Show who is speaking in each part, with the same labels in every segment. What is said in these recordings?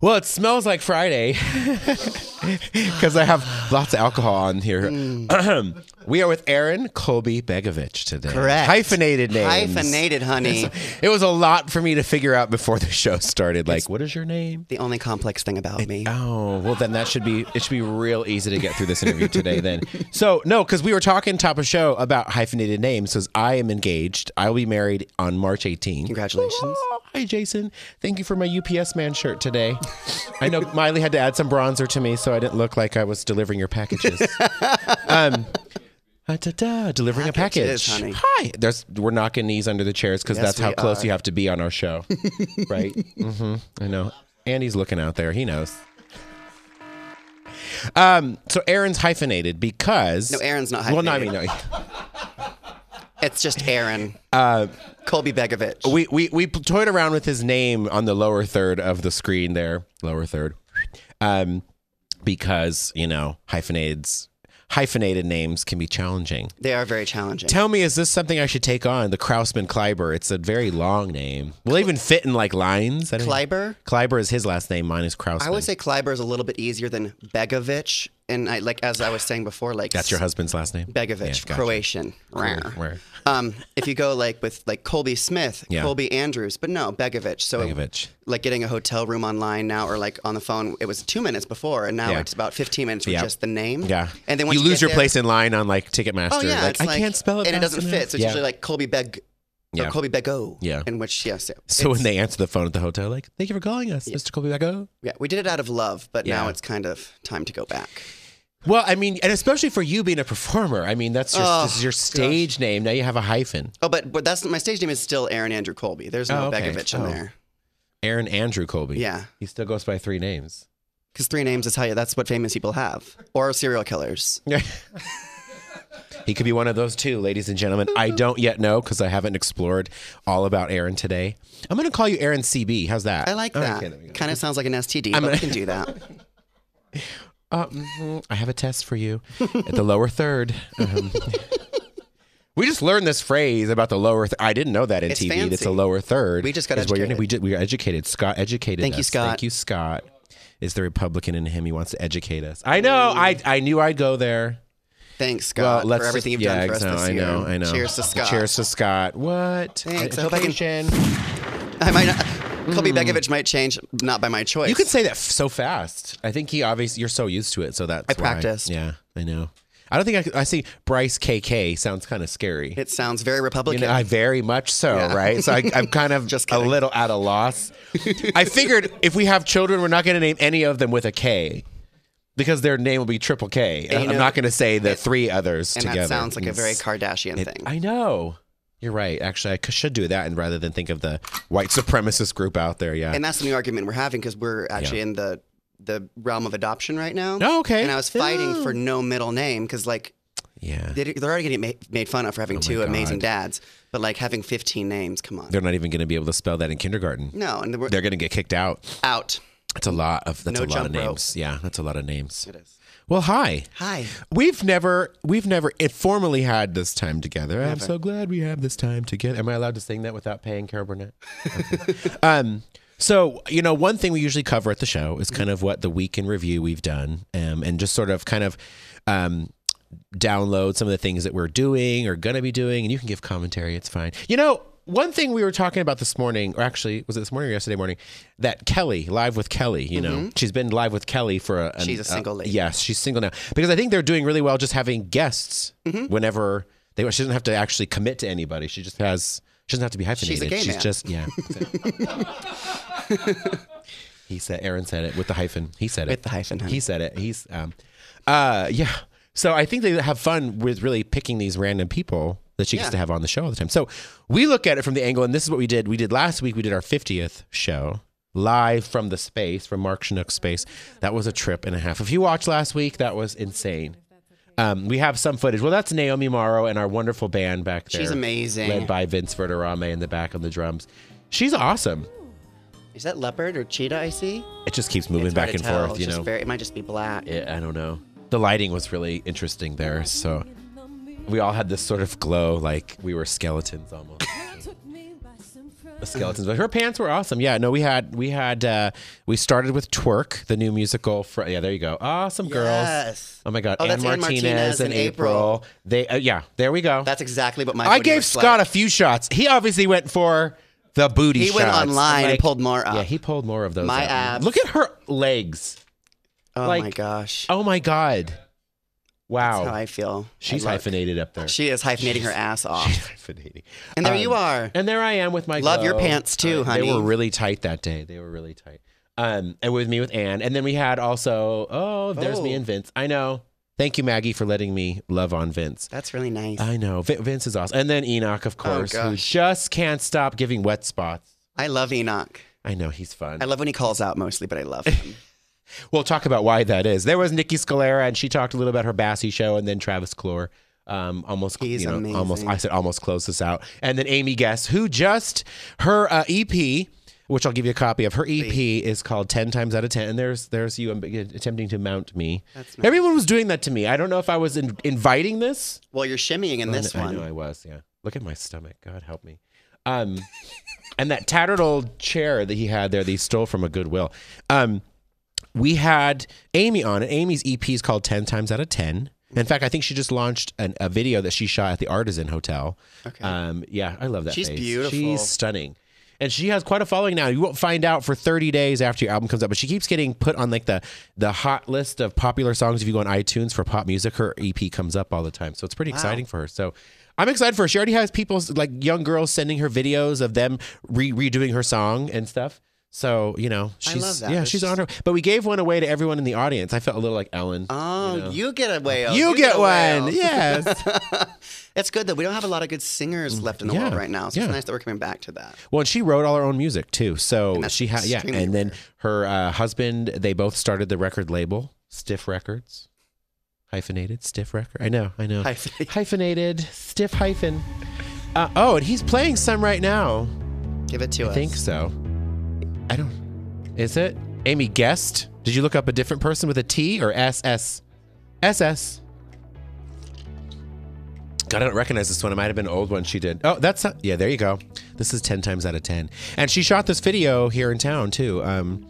Speaker 1: Well, it smells like Friday because I have lots of alcohol on here. we are with Aaron Colby Begovich today.
Speaker 2: Mm. Correct.
Speaker 1: Hyphenated names.
Speaker 2: Hyphenated, honey.
Speaker 1: It was a lot for me to figure out before the show started. Like, what is your name?
Speaker 2: The only complex thing about me.
Speaker 1: Oh, well then that should be it should be real easy to get through this interview today then. So, no, cuz we were talking top of show about hyphenated names cuz I am engaged. I will be married on March 18th.
Speaker 2: Congratulations.
Speaker 1: Oh, hi Jason. Thank you for my UPS man shirt today. I know Miley had to add some bronzer to me so I didn't look like I was delivering your packages. um ah, da, da, delivering
Speaker 2: Packages,
Speaker 1: a
Speaker 2: honey.
Speaker 1: package. Hi. There's we're knocking knees under the chairs because
Speaker 2: Yes,
Speaker 1: that's how
Speaker 2: we
Speaker 1: close
Speaker 2: are.
Speaker 1: you have to be on our show. right? hmm I know. Andy's looking out there. He knows. Um, so Aaron's hyphenated because
Speaker 2: No, Aaron's not
Speaker 1: Well, no, I mean,
Speaker 2: hyphenated.
Speaker 1: no,
Speaker 2: It's just Aaron. Colby Begovich.
Speaker 1: uh, we we we toyed around with his name on the lower third of the screen there, lower third, um, because you know hyphenateds hyphenated names can be challenging.
Speaker 2: they are very challenging.
Speaker 1: Tell me, is this something I should take on? The Krausman Kleiber. It's a very long name. Will it even fit in like lines? I don't-
Speaker 2: Kleiber?
Speaker 1: Kleiber is his last name. Mine is Krausman.
Speaker 2: I would say Kleiber is a little bit easier than Begovich. And I like as I was saying before, like
Speaker 1: that's your husband's last name.
Speaker 2: Begovic,
Speaker 1: Yeah, gotcha.
Speaker 2: Croatian. Rawr.
Speaker 1: rawr.
Speaker 2: Um, if you go like with like Colby Smith,
Speaker 1: Yeah.
Speaker 2: Colby Andrews, but no, Begovic. So
Speaker 1: Begovic.
Speaker 2: like getting a hotel room online now or like on the phone, it was two minutes before and now
Speaker 1: Yeah.
Speaker 2: it's about 15 minutes with
Speaker 1: Yeah.
Speaker 2: just the name.
Speaker 1: Yeah.
Speaker 2: And then
Speaker 1: you
Speaker 2: once you,
Speaker 1: lose
Speaker 2: get
Speaker 1: your
Speaker 2: there-
Speaker 1: place in line on like Ticketmaster.
Speaker 2: Oh, yeah.
Speaker 1: like,
Speaker 2: it's
Speaker 1: I
Speaker 2: like-
Speaker 1: can't spell it.
Speaker 2: And it
Speaker 1: fast
Speaker 2: doesn't
Speaker 1: enough.
Speaker 2: fit. So it's
Speaker 1: Yeah.
Speaker 2: usually like Colby Beg or
Speaker 1: Yeah.
Speaker 2: Colby Bego.
Speaker 1: Yeah.
Speaker 2: In which, yes. it-
Speaker 1: So
Speaker 2: it's-
Speaker 1: when they answer the phone at the hotel, like, thank you for calling us, Mr. Colby Becco.
Speaker 2: Yeah, we did it out of love, but now
Speaker 1: Yeah.
Speaker 2: it's kind of time to go back.
Speaker 1: Well, I mean, and especially for you being a performer, I mean, that's your,
Speaker 2: Oh,
Speaker 1: this is your stage name. Now you have a hyphen.
Speaker 2: Oh, but, but that's my stage name is still Aaron Andrew Colby. There's
Speaker 1: Oh,
Speaker 2: no
Speaker 1: okay.
Speaker 2: Begovich in
Speaker 1: Oh.
Speaker 2: there.
Speaker 1: Aaron Andrew Colby.
Speaker 2: Yeah.
Speaker 1: He still goes by three names.
Speaker 2: Because three names is how you, that's what famous people have. Or serial killers.
Speaker 1: he could be one of those too, ladies and gentlemen. I don't yet know because I haven't explored all about Aaron today. I'm going to call you Aaron CB. How's that?
Speaker 2: I like
Speaker 1: Oh,
Speaker 2: that.
Speaker 1: okay, there we go.
Speaker 2: kind of sounds like an STD,
Speaker 1: I'm
Speaker 2: but
Speaker 1: a-
Speaker 2: we can do that.
Speaker 1: Uh, mhm, I have a test for you at the lower third. Um, we just learned this phrase about the lower. Th- I didn't know that in
Speaker 2: It's
Speaker 1: TV. It's a
Speaker 2: fancy.
Speaker 1: lower third.
Speaker 2: We just got
Speaker 1: is where you're-
Speaker 2: educated.
Speaker 1: We, ju- we got educated. Scott educated.
Speaker 2: Thank you,
Speaker 1: us.
Speaker 2: Scott.
Speaker 1: Thank you, Scott. Is the Republican in him? He wants to educate us. I know. I I knew I'd go there.
Speaker 2: Thanks,
Speaker 1: well,
Speaker 2: Scott,
Speaker 1: let's
Speaker 2: Uh, for everything
Speaker 1: just-
Speaker 2: you've
Speaker 1: yeah,
Speaker 2: done for us
Speaker 1: I know,
Speaker 2: this
Speaker 1: I
Speaker 2: year.
Speaker 1: know. I know.
Speaker 2: Cheers to Scott.
Speaker 1: Cheers to Scott. What?
Speaker 2: Thanks, I hope I can-
Speaker 1: Education.
Speaker 2: I might not, Colby Begovich might change, not by my choice.
Speaker 1: Hmm. You can say that f- so fast. I think he obviously you're so used to it, so that's I
Speaker 2: practiced.
Speaker 1: Yeah, I know. I don't think I. could- I see Bryce KK sounds kind of scary.
Speaker 2: It sounds very
Speaker 1: You
Speaker 2: Republican.
Speaker 1: know, I very much so,
Speaker 2: Yeah.
Speaker 1: right? So I, I'm kind of
Speaker 2: Just
Speaker 1: a
Speaker 2: kidding.
Speaker 1: little at a loss. I figured if we have children, we're not going to name any of them with a K because their name will be triple K.
Speaker 2: And you
Speaker 1: am
Speaker 2: know-
Speaker 1: not going to say the three others
Speaker 2: and
Speaker 1: together.
Speaker 2: that sounds like a very
Speaker 1: It's-
Speaker 2: Kardashian thing.
Speaker 1: I know. You're right. Actually, I c- should do that, and rather than think of the white supremacist group out there, yeah.
Speaker 2: and that's the new argument we're having because we're actually in the the realm of adoption right now.
Speaker 1: Oh, okay.
Speaker 2: And I was fighting
Speaker 1: Yeah.
Speaker 2: for no middle name because like
Speaker 1: yeah.
Speaker 2: they, they're already getting made, made fun of for having two
Speaker 1: Oh God.
Speaker 2: amazing dads, but like having 15 names, come on.
Speaker 1: They're not even going to be able to spell that in kindergarten.
Speaker 2: no, and we're
Speaker 1: They're going to get kicked out.
Speaker 2: out.
Speaker 1: That's a lot of that's
Speaker 2: No
Speaker 1: a lot of
Speaker 2: jump rope.
Speaker 1: names. Yeah, that's a lot of names.
Speaker 2: It is.
Speaker 1: Well, hi.
Speaker 2: Hi.
Speaker 1: We've never we've never informally had this time together. I'm so glad we have this time together. Am I allowed to sing that without paying Carol Burnett? Okay. um, so you know, one thing we usually cover at the show is kind of what the week in review we've done, um, and just sort of kind of um, download some of the things that we're doing or gonna be doing, and you can give commentary. It's fine. You know. One thing we were talking about this morning, or actually, was it this morning or yesterday morning? That Kelly, live with Kelly, you know, she's been live with Kelly for a. an-
Speaker 2: Mm-hmm. She's a single lady.
Speaker 1: Yes, she's single now because I think they're doing really well just having guests
Speaker 2: Mm-hmm.
Speaker 1: whenever they. She doesn't have to actually commit to anybody. She just has. She doesn't have to be hyphenated.
Speaker 2: gay man.
Speaker 1: just yeah. he said. Aaron said it with the hyphen. He said it
Speaker 2: With the hyphen, honey.
Speaker 1: He said it. He's um, uh, yeah. So I think they have fun with really picking these random people that she gets
Speaker 2: Yeah.
Speaker 1: to have on the show all the time. So we look at it from the angle, and this is what we did. We did last week. We did our fiftieth show live from the space from Mark Chinook's space. That was a trip and a half. If you watched last week, that was insane. Um, we have some footage. Well, that's Naomi Morrow and our wonderful band back there.
Speaker 2: She's amazing.
Speaker 1: Led by Vince Verderame in the back on the drums. She's awesome.
Speaker 2: Is that leopard or cheetah I see?
Speaker 1: It just keeps moving
Speaker 2: It's hard
Speaker 1: back
Speaker 2: to
Speaker 1: and
Speaker 2: tell.
Speaker 1: forth,
Speaker 2: It's
Speaker 1: you
Speaker 2: just
Speaker 1: know.
Speaker 2: very- it might just be black.
Speaker 1: Yeah, I don't know. The lighting was really interesting there. So we all had this sort of glow, like we were skeletons almost. The skeletons, but her pants were awesome. Yeah, no, we had we had uh, we started with Twerk, the new musical. Fr- yeah, there you go. Awesome girls.
Speaker 2: Yes.
Speaker 1: Oh my God,
Speaker 2: Oh,
Speaker 1: Anne
Speaker 2: that's Anne
Speaker 1: Martinez,
Speaker 2: Martinez
Speaker 1: and
Speaker 2: in April.
Speaker 1: April. They uh, yeah, there we go.
Speaker 2: That's exactly what my.
Speaker 1: I
Speaker 2: booty
Speaker 1: gave
Speaker 2: looks
Speaker 1: Scott
Speaker 2: like.
Speaker 1: a few shots. He obviously went for the booty.
Speaker 2: He went
Speaker 1: shots.
Speaker 2: online and pulled more up.
Speaker 1: Yeah, he pulled more of those.
Speaker 2: My
Speaker 1: up.
Speaker 2: abs.
Speaker 1: Look at her legs.
Speaker 2: Oh my
Speaker 1: like-
Speaker 2: gosh.
Speaker 1: Oh my God. Wow.
Speaker 2: That's how I feel. I
Speaker 1: She's
Speaker 2: look.
Speaker 1: hyphenated up there.
Speaker 2: She is hyphenating her ass off.
Speaker 1: hyphenating.
Speaker 2: And there you are.
Speaker 1: And there I am with my
Speaker 2: Love your
Speaker 1: glow. Uh,
Speaker 2: pants too, honey.
Speaker 1: They were really tight that day. They were really tight. Um, and with me with Anne, and then we had also oh, there's me
Speaker 2: Oh.
Speaker 1: and Vince. I know. Thank you, Maggie, for letting me love on Vince.
Speaker 2: That's really nice.
Speaker 1: I know Vin- Vince is awesome, and then Enoch, of course, who
Speaker 2: Oh, gosh.
Speaker 1: just can't stop giving wet spots.
Speaker 2: I love Enoch.
Speaker 1: I know he's fun.
Speaker 2: I love when he calls out mostly, but I love him.
Speaker 1: We'll talk about why that is. There was Nikki Scalera, and she talked a little about her Bassy show, and then Travis Clore. Um, almost,
Speaker 2: He's
Speaker 1: you know,
Speaker 2: amazing.
Speaker 1: almost. I said almost close this out, and then Amy Guest, who just her uh, EP, which I'll give you a copy of. Her EP is called Ten Times Out of Ten, and there's there's you amb- attempting to mount me.
Speaker 2: That's
Speaker 1: Everyone was doing that to me. I don't know if I was in- inviting this.
Speaker 2: well, you're shimmying in this
Speaker 1: I, Oh, I
Speaker 2: one.
Speaker 1: know I was. Yeah. Look at my stomach. God help me. Um, and that tattered old chair that he had there that he stole from a Goodwill. Um, we had Amy on it. Amy's EP is called 10 times out of 10. In fact, I think she just launched an, a video that she shot at the Artisan Hotel.
Speaker 2: Okay.
Speaker 1: Um, yeah, I love that.
Speaker 2: She's
Speaker 1: face.
Speaker 2: beautiful.
Speaker 1: She's stunning. And she has quite a following now. You won't find out for 30 days after your album comes out, but she keeps getting put on like the the hot list of popular songs. If you go on iTunes for pop music, her EP comes up all the time. So it's pretty exciting for her. So I'm excited for her. She already has people like young girls sending her videos of them re- redoing her song and stuff. So you know she's
Speaker 2: love that.
Speaker 1: yeah
Speaker 2: That's
Speaker 1: she's
Speaker 2: just-
Speaker 1: on her. But we gave one away to everyone in the audience. I felt a little like Ellen.
Speaker 2: oh, you, get a whale.
Speaker 1: you, get,
Speaker 2: a whale.
Speaker 1: one. Yes.
Speaker 2: It's good that we don't have a lot of good singers left in the
Speaker 1: Mm, yeah,
Speaker 2: world right now. So it's
Speaker 1: yeah.
Speaker 2: nice that we're coming back to that.
Speaker 1: Well, and she wrote all her own music too. So
Speaker 2: that's
Speaker 1: she had yeah,
Speaker 2: extremely
Speaker 1: and then her uh, husband. They both started the record label, Stiff Records, hyphenated Stiff Record. I know, I know,
Speaker 2: Hyphenated.
Speaker 1: hyphenated Stiff hyphen. Uh, oh, and he's playing some right now.
Speaker 2: Give it to
Speaker 1: I
Speaker 2: us.
Speaker 1: think so. I don't. Is it Amy Guest? Did you look up a different person with a T or SS? SS. God, I don't recognize this one. It might have been an old one she did. Oh, that's not, yeah. There you go. This is ten times out of ten. And she shot this video here in town too. Um,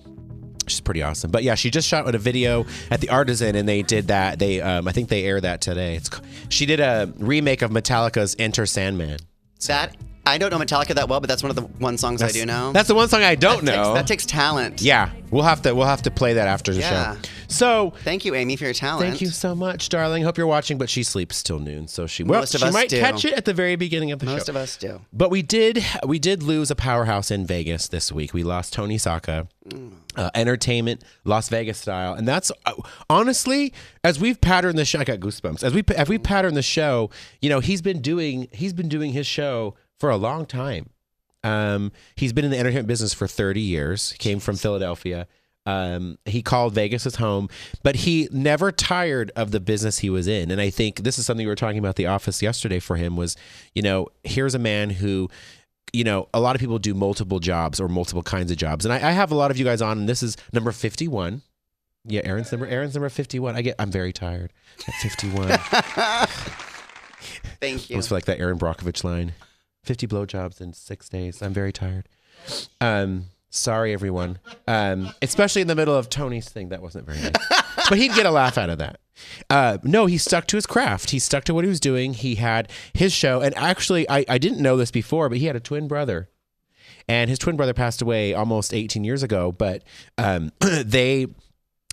Speaker 1: she's pretty awesome. But yeah, she just shot a video at the Artisan, and they did that. They, um, I think they air that today. It's c- she did a remake of Metallica's Enter Sandman.
Speaker 2: That I don't know Metallica that well, but that's one of the one songs I do know.
Speaker 1: That's the one song I don't
Speaker 2: That
Speaker 1: know.
Speaker 2: takes- that takes talent.
Speaker 1: Yeah, we'll have to we'll have to play that after the
Speaker 2: Yeah.
Speaker 1: show. So
Speaker 2: Thank you, Amy, for your talent.
Speaker 1: thank you so much, darling. Hope you're watching, but she sleeps till noon, so she well,
Speaker 2: Most of
Speaker 1: she
Speaker 2: us
Speaker 1: might
Speaker 2: do.
Speaker 1: catch it at the very beginning of the
Speaker 2: Most
Speaker 1: show.
Speaker 2: of us do.
Speaker 1: But we did we did lose a powerhouse in Vegas this week. We lost Tony Saka.
Speaker 2: Mm.
Speaker 1: Uh, entertainment, Las Vegas style, and that's uh, honestly as we've patterned the show. I got goosebumps. As we as
Speaker 2: Mm.
Speaker 1: we patterned the show, you know he's been doing he's been doing his show for a long time. Um, he's been in the entertainment business for 30 years. Came from Philadelphia. Um, he called Vegas his home, but he never tired of the business he was in. And I think this is something we were talking about at the office yesterday for him was, you know, here's a man who you know, a lot of people do multiple jobs or multiple kinds of jobs. And I, I have a lot of you guys on, and this is number 51. Yeah, Aaron's number Aaron's number 51. I get I'm very tired at 51. I
Speaker 2: Thank you.
Speaker 1: almost feel like that Aaron Brockovich line. 50 blowjobs in six days. I'm very tired. Um, sorry everyone. Um, especially in the middle of Tony's thing. That wasn't very nice. but he'd get a laugh out of that. Uh, no, he stuck to his craft. He stuck to what he was doing. He had his show. And actually, I, I didn't know this before, but he had a twin brother and his twin brother passed away almost 18 years ago but um, they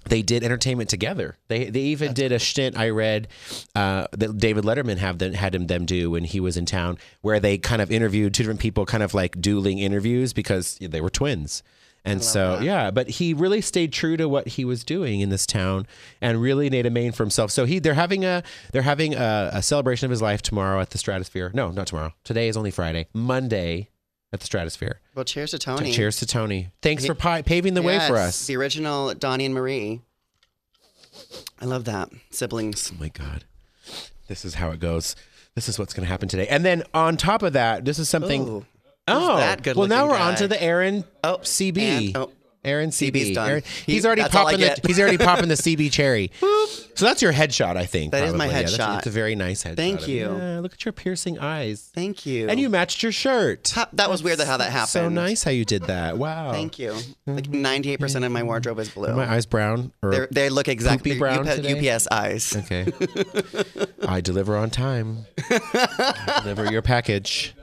Speaker 1: they did entertainment together. They they even did a stint I read uh, that David Letterman have them, had him them do when he was in town, where they kind of interviewed two different people, kind of like dueling interviews because they were twins. And so yeah, but he really stayed true to what he was doing in this town and really made a main for himself. So he they're having a they're having a, a celebration of his life tomorrow at the Stratosphere. No, not tomorrow. Today is only Friday. Monday at the Stratosphere.
Speaker 2: well, cheers to Tony.
Speaker 1: Cheers to Tony. Thanks for pi- paving the way for
Speaker 2: Yes,
Speaker 1: us.
Speaker 2: The original Donnie and Marie. I love that. Siblings.
Speaker 1: Oh my God. This is how it goes. This is what's going to happen today. And then on top of that, this is something.
Speaker 2: Ooh.
Speaker 1: oh, well,
Speaker 2: that
Speaker 1: now
Speaker 2: good-looking
Speaker 1: we're
Speaker 2: guy?
Speaker 1: on to the Aaron
Speaker 2: Oh,
Speaker 1: CB.
Speaker 2: and- oh,
Speaker 1: Aaron
Speaker 2: CB's
Speaker 1: CB.
Speaker 2: done.
Speaker 1: Aaron-
Speaker 2: He-
Speaker 1: he's already
Speaker 2: that's all I
Speaker 1: popping the
Speaker 2: get.
Speaker 1: he's already popping the CB cherry. so that's your headshot, I think.
Speaker 2: That is my
Speaker 1: probably. Yeah, that's,
Speaker 2: headshot.
Speaker 1: it's a very nice headshot.
Speaker 2: Thank
Speaker 1: of
Speaker 2: you.
Speaker 1: Yeah, look at your piercing eyes.
Speaker 2: Thank you.
Speaker 1: And you matched your shirt.
Speaker 2: Ha- that was weird that how that happened.
Speaker 1: So nice Oh. how you did that. Wow.
Speaker 2: Thank you. Like 98% of my wardrobe is blue.
Speaker 1: My eyes brown or
Speaker 2: They're, they look exactly
Speaker 1: Poopy brown
Speaker 2: UP-
Speaker 1: today?
Speaker 2: UPS eyes.
Speaker 1: Okay. I deliver on time. I deliver your package.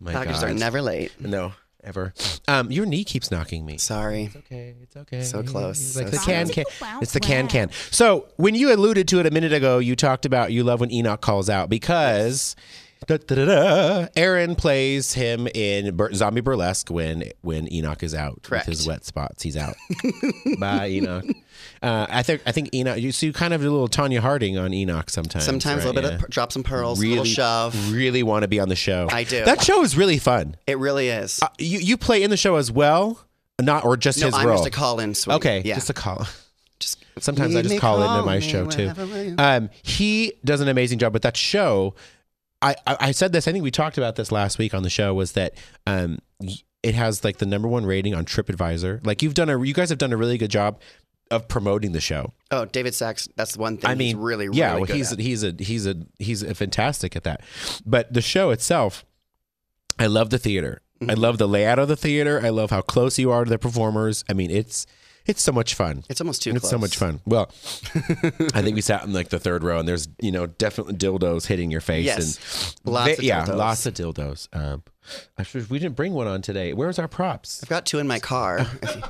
Speaker 1: My
Speaker 2: Packages
Speaker 1: God.
Speaker 2: are never late.
Speaker 1: No, ever. Um, your knee keeps knocking me.
Speaker 2: Sorry.
Speaker 1: okay, it's okay.
Speaker 2: So close,
Speaker 1: It's like
Speaker 2: so
Speaker 1: the can can.
Speaker 3: soon. Wow,
Speaker 1: It's the can
Speaker 3: wow.
Speaker 1: can. So when you alluded to it a minute ago, you talked about you love when Enoch calls out because. Da, da, da, da, Aaron plays him in bur- Zombie Burlesque when when Enoch is out
Speaker 2: Correct.
Speaker 1: with his wet spots. He's out. Bye, Enoch. Uh, I think I think Enoch. You, so you kind of do a little Tanya Harding on Enoch sometimes.
Speaker 2: Sometimes a
Speaker 1: right?
Speaker 2: little bit
Speaker 1: Yeah.
Speaker 2: of per- drop some pearls, a little shove.
Speaker 1: Really want to be on the show.
Speaker 2: I do.
Speaker 1: That show is really fun.
Speaker 2: It really is.
Speaker 1: Uh, you you play in the show as well, not or just
Speaker 2: no,
Speaker 1: his
Speaker 2: I'm
Speaker 1: role.
Speaker 2: just a call in sweet.
Speaker 1: okay,
Speaker 2: Yeah.
Speaker 1: just a call.
Speaker 2: Just
Speaker 1: Sometimes
Speaker 2: Leave
Speaker 1: I just
Speaker 2: me
Speaker 1: call into my
Speaker 2: calling
Speaker 1: show too.
Speaker 2: whenever I am.
Speaker 1: Um, he does an amazing job, but that show, I, I I said this. I think we talked about this last week on the show. Was that um, y- it has like the number one rating on TripAdvisor. Like you've done a, you guys have done a really good job of promoting the show.
Speaker 2: Oh, David Sachs, that's one thing
Speaker 1: I mean,
Speaker 2: he's really, really
Speaker 1: yeah. well,
Speaker 2: good
Speaker 1: he's
Speaker 2: at.
Speaker 1: he's a he's a he's a fantastic at that. But the show itself, I love the theater. I
Speaker 2: Mm-hmm.
Speaker 1: love the layout of the theater. I love how close you are to the performers. I mean, it's it's so much fun.
Speaker 2: It's almost too
Speaker 1: And
Speaker 2: close.
Speaker 1: it's so much fun. Well, I think we sat in like the third row, and there's you know definitely dildos hitting your face.
Speaker 2: Yes.
Speaker 1: and
Speaker 2: Lots
Speaker 1: They-
Speaker 2: of
Speaker 1: yeah,
Speaker 2: dildos.
Speaker 1: lots of dildos. Um, I should, we didn't bring one on today. Where's our props?
Speaker 2: I've got two in my car. If you-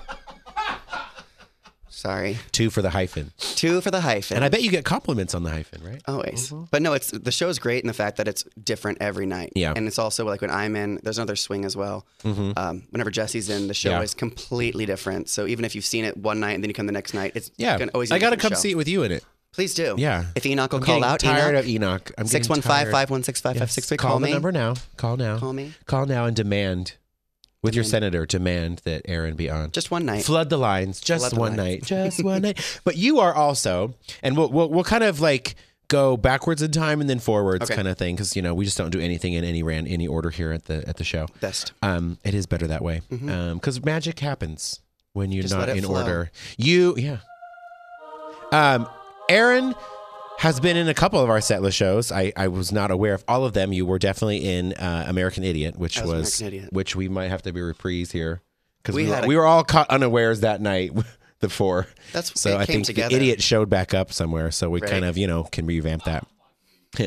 Speaker 2: Sorry.
Speaker 1: Two for the hyphen,
Speaker 2: Two for the hyphen.
Speaker 1: and I bet you get compliments on the hyphen, right?
Speaker 2: Always.
Speaker 1: Mm-hmm.
Speaker 2: But no, it's the show's great in the fact that it's different every night.
Speaker 1: Yeah. Mm-hmm.
Speaker 2: And it's also like when I'm in, there's another swing as well. Um, whenever Jesse's in, the show
Speaker 1: Yeah.
Speaker 2: is completely different. So even if you've seen it one night and then you come the next night, it's
Speaker 1: Yeah,
Speaker 2: gonna always be
Speaker 1: I
Speaker 2: a
Speaker 1: gotta come
Speaker 2: different show.
Speaker 1: see it with you in it.
Speaker 2: Please do.
Speaker 1: Yeah.
Speaker 2: If Enoch will
Speaker 1: I'm
Speaker 2: call
Speaker 1: getting
Speaker 2: out,
Speaker 1: tired
Speaker 2: Enoch,
Speaker 1: of Enoch. I'm getting
Speaker 2: 615
Speaker 1: tired.
Speaker 2: 516
Speaker 1: Yes.
Speaker 2: 5563.
Speaker 1: Call,
Speaker 2: Call
Speaker 1: the
Speaker 2: me.
Speaker 1: number now. Call now.
Speaker 2: Call me.
Speaker 1: Call now and demand with your senator. Demand that Aaron be on.
Speaker 2: Just one night.
Speaker 1: Flood the lines, just
Speaker 2: Flood the
Speaker 1: one night,
Speaker 2: lines.
Speaker 1: just one night. But you are also, and we'll we'll, we'll kind of like go backwards in time and then forwards,
Speaker 2: Okay.
Speaker 1: kind of thing, because you know we just don't do anything in any ran any order here at the at the show.
Speaker 2: Best.
Speaker 1: Um, it is better that way, because magic happens when you're
Speaker 2: Mm-hmm. Just
Speaker 1: not
Speaker 2: let it
Speaker 1: in
Speaker 2: flow.
Speaker 1: order. You, yeah. Um, Aaron has been in a couple of our setlist shows. I, I was not aware of all of them. You were definitely in uh, American Idiot, which
Speaker 2: I
Speaker 1: was,
Speaker 2: was in American Idiot.
Speaker 1: which we might have to be reprise here because we,
Speaker 2: We
Speaker 1: were-
Speaker 2: had a-
Speaker 1: we were all caught unawares that night. The four.
Speaker 2: That's-
Speaker 1: so.
Speaker 2: it
Speaker 1: I
Speaker 2: came
Speaker 1: think
Speaker 2: together.
Speaker 1: the idiot showed back up somewhere, so we
Speaker 2: Right.
Speaker 1: kind of you know can revamp that.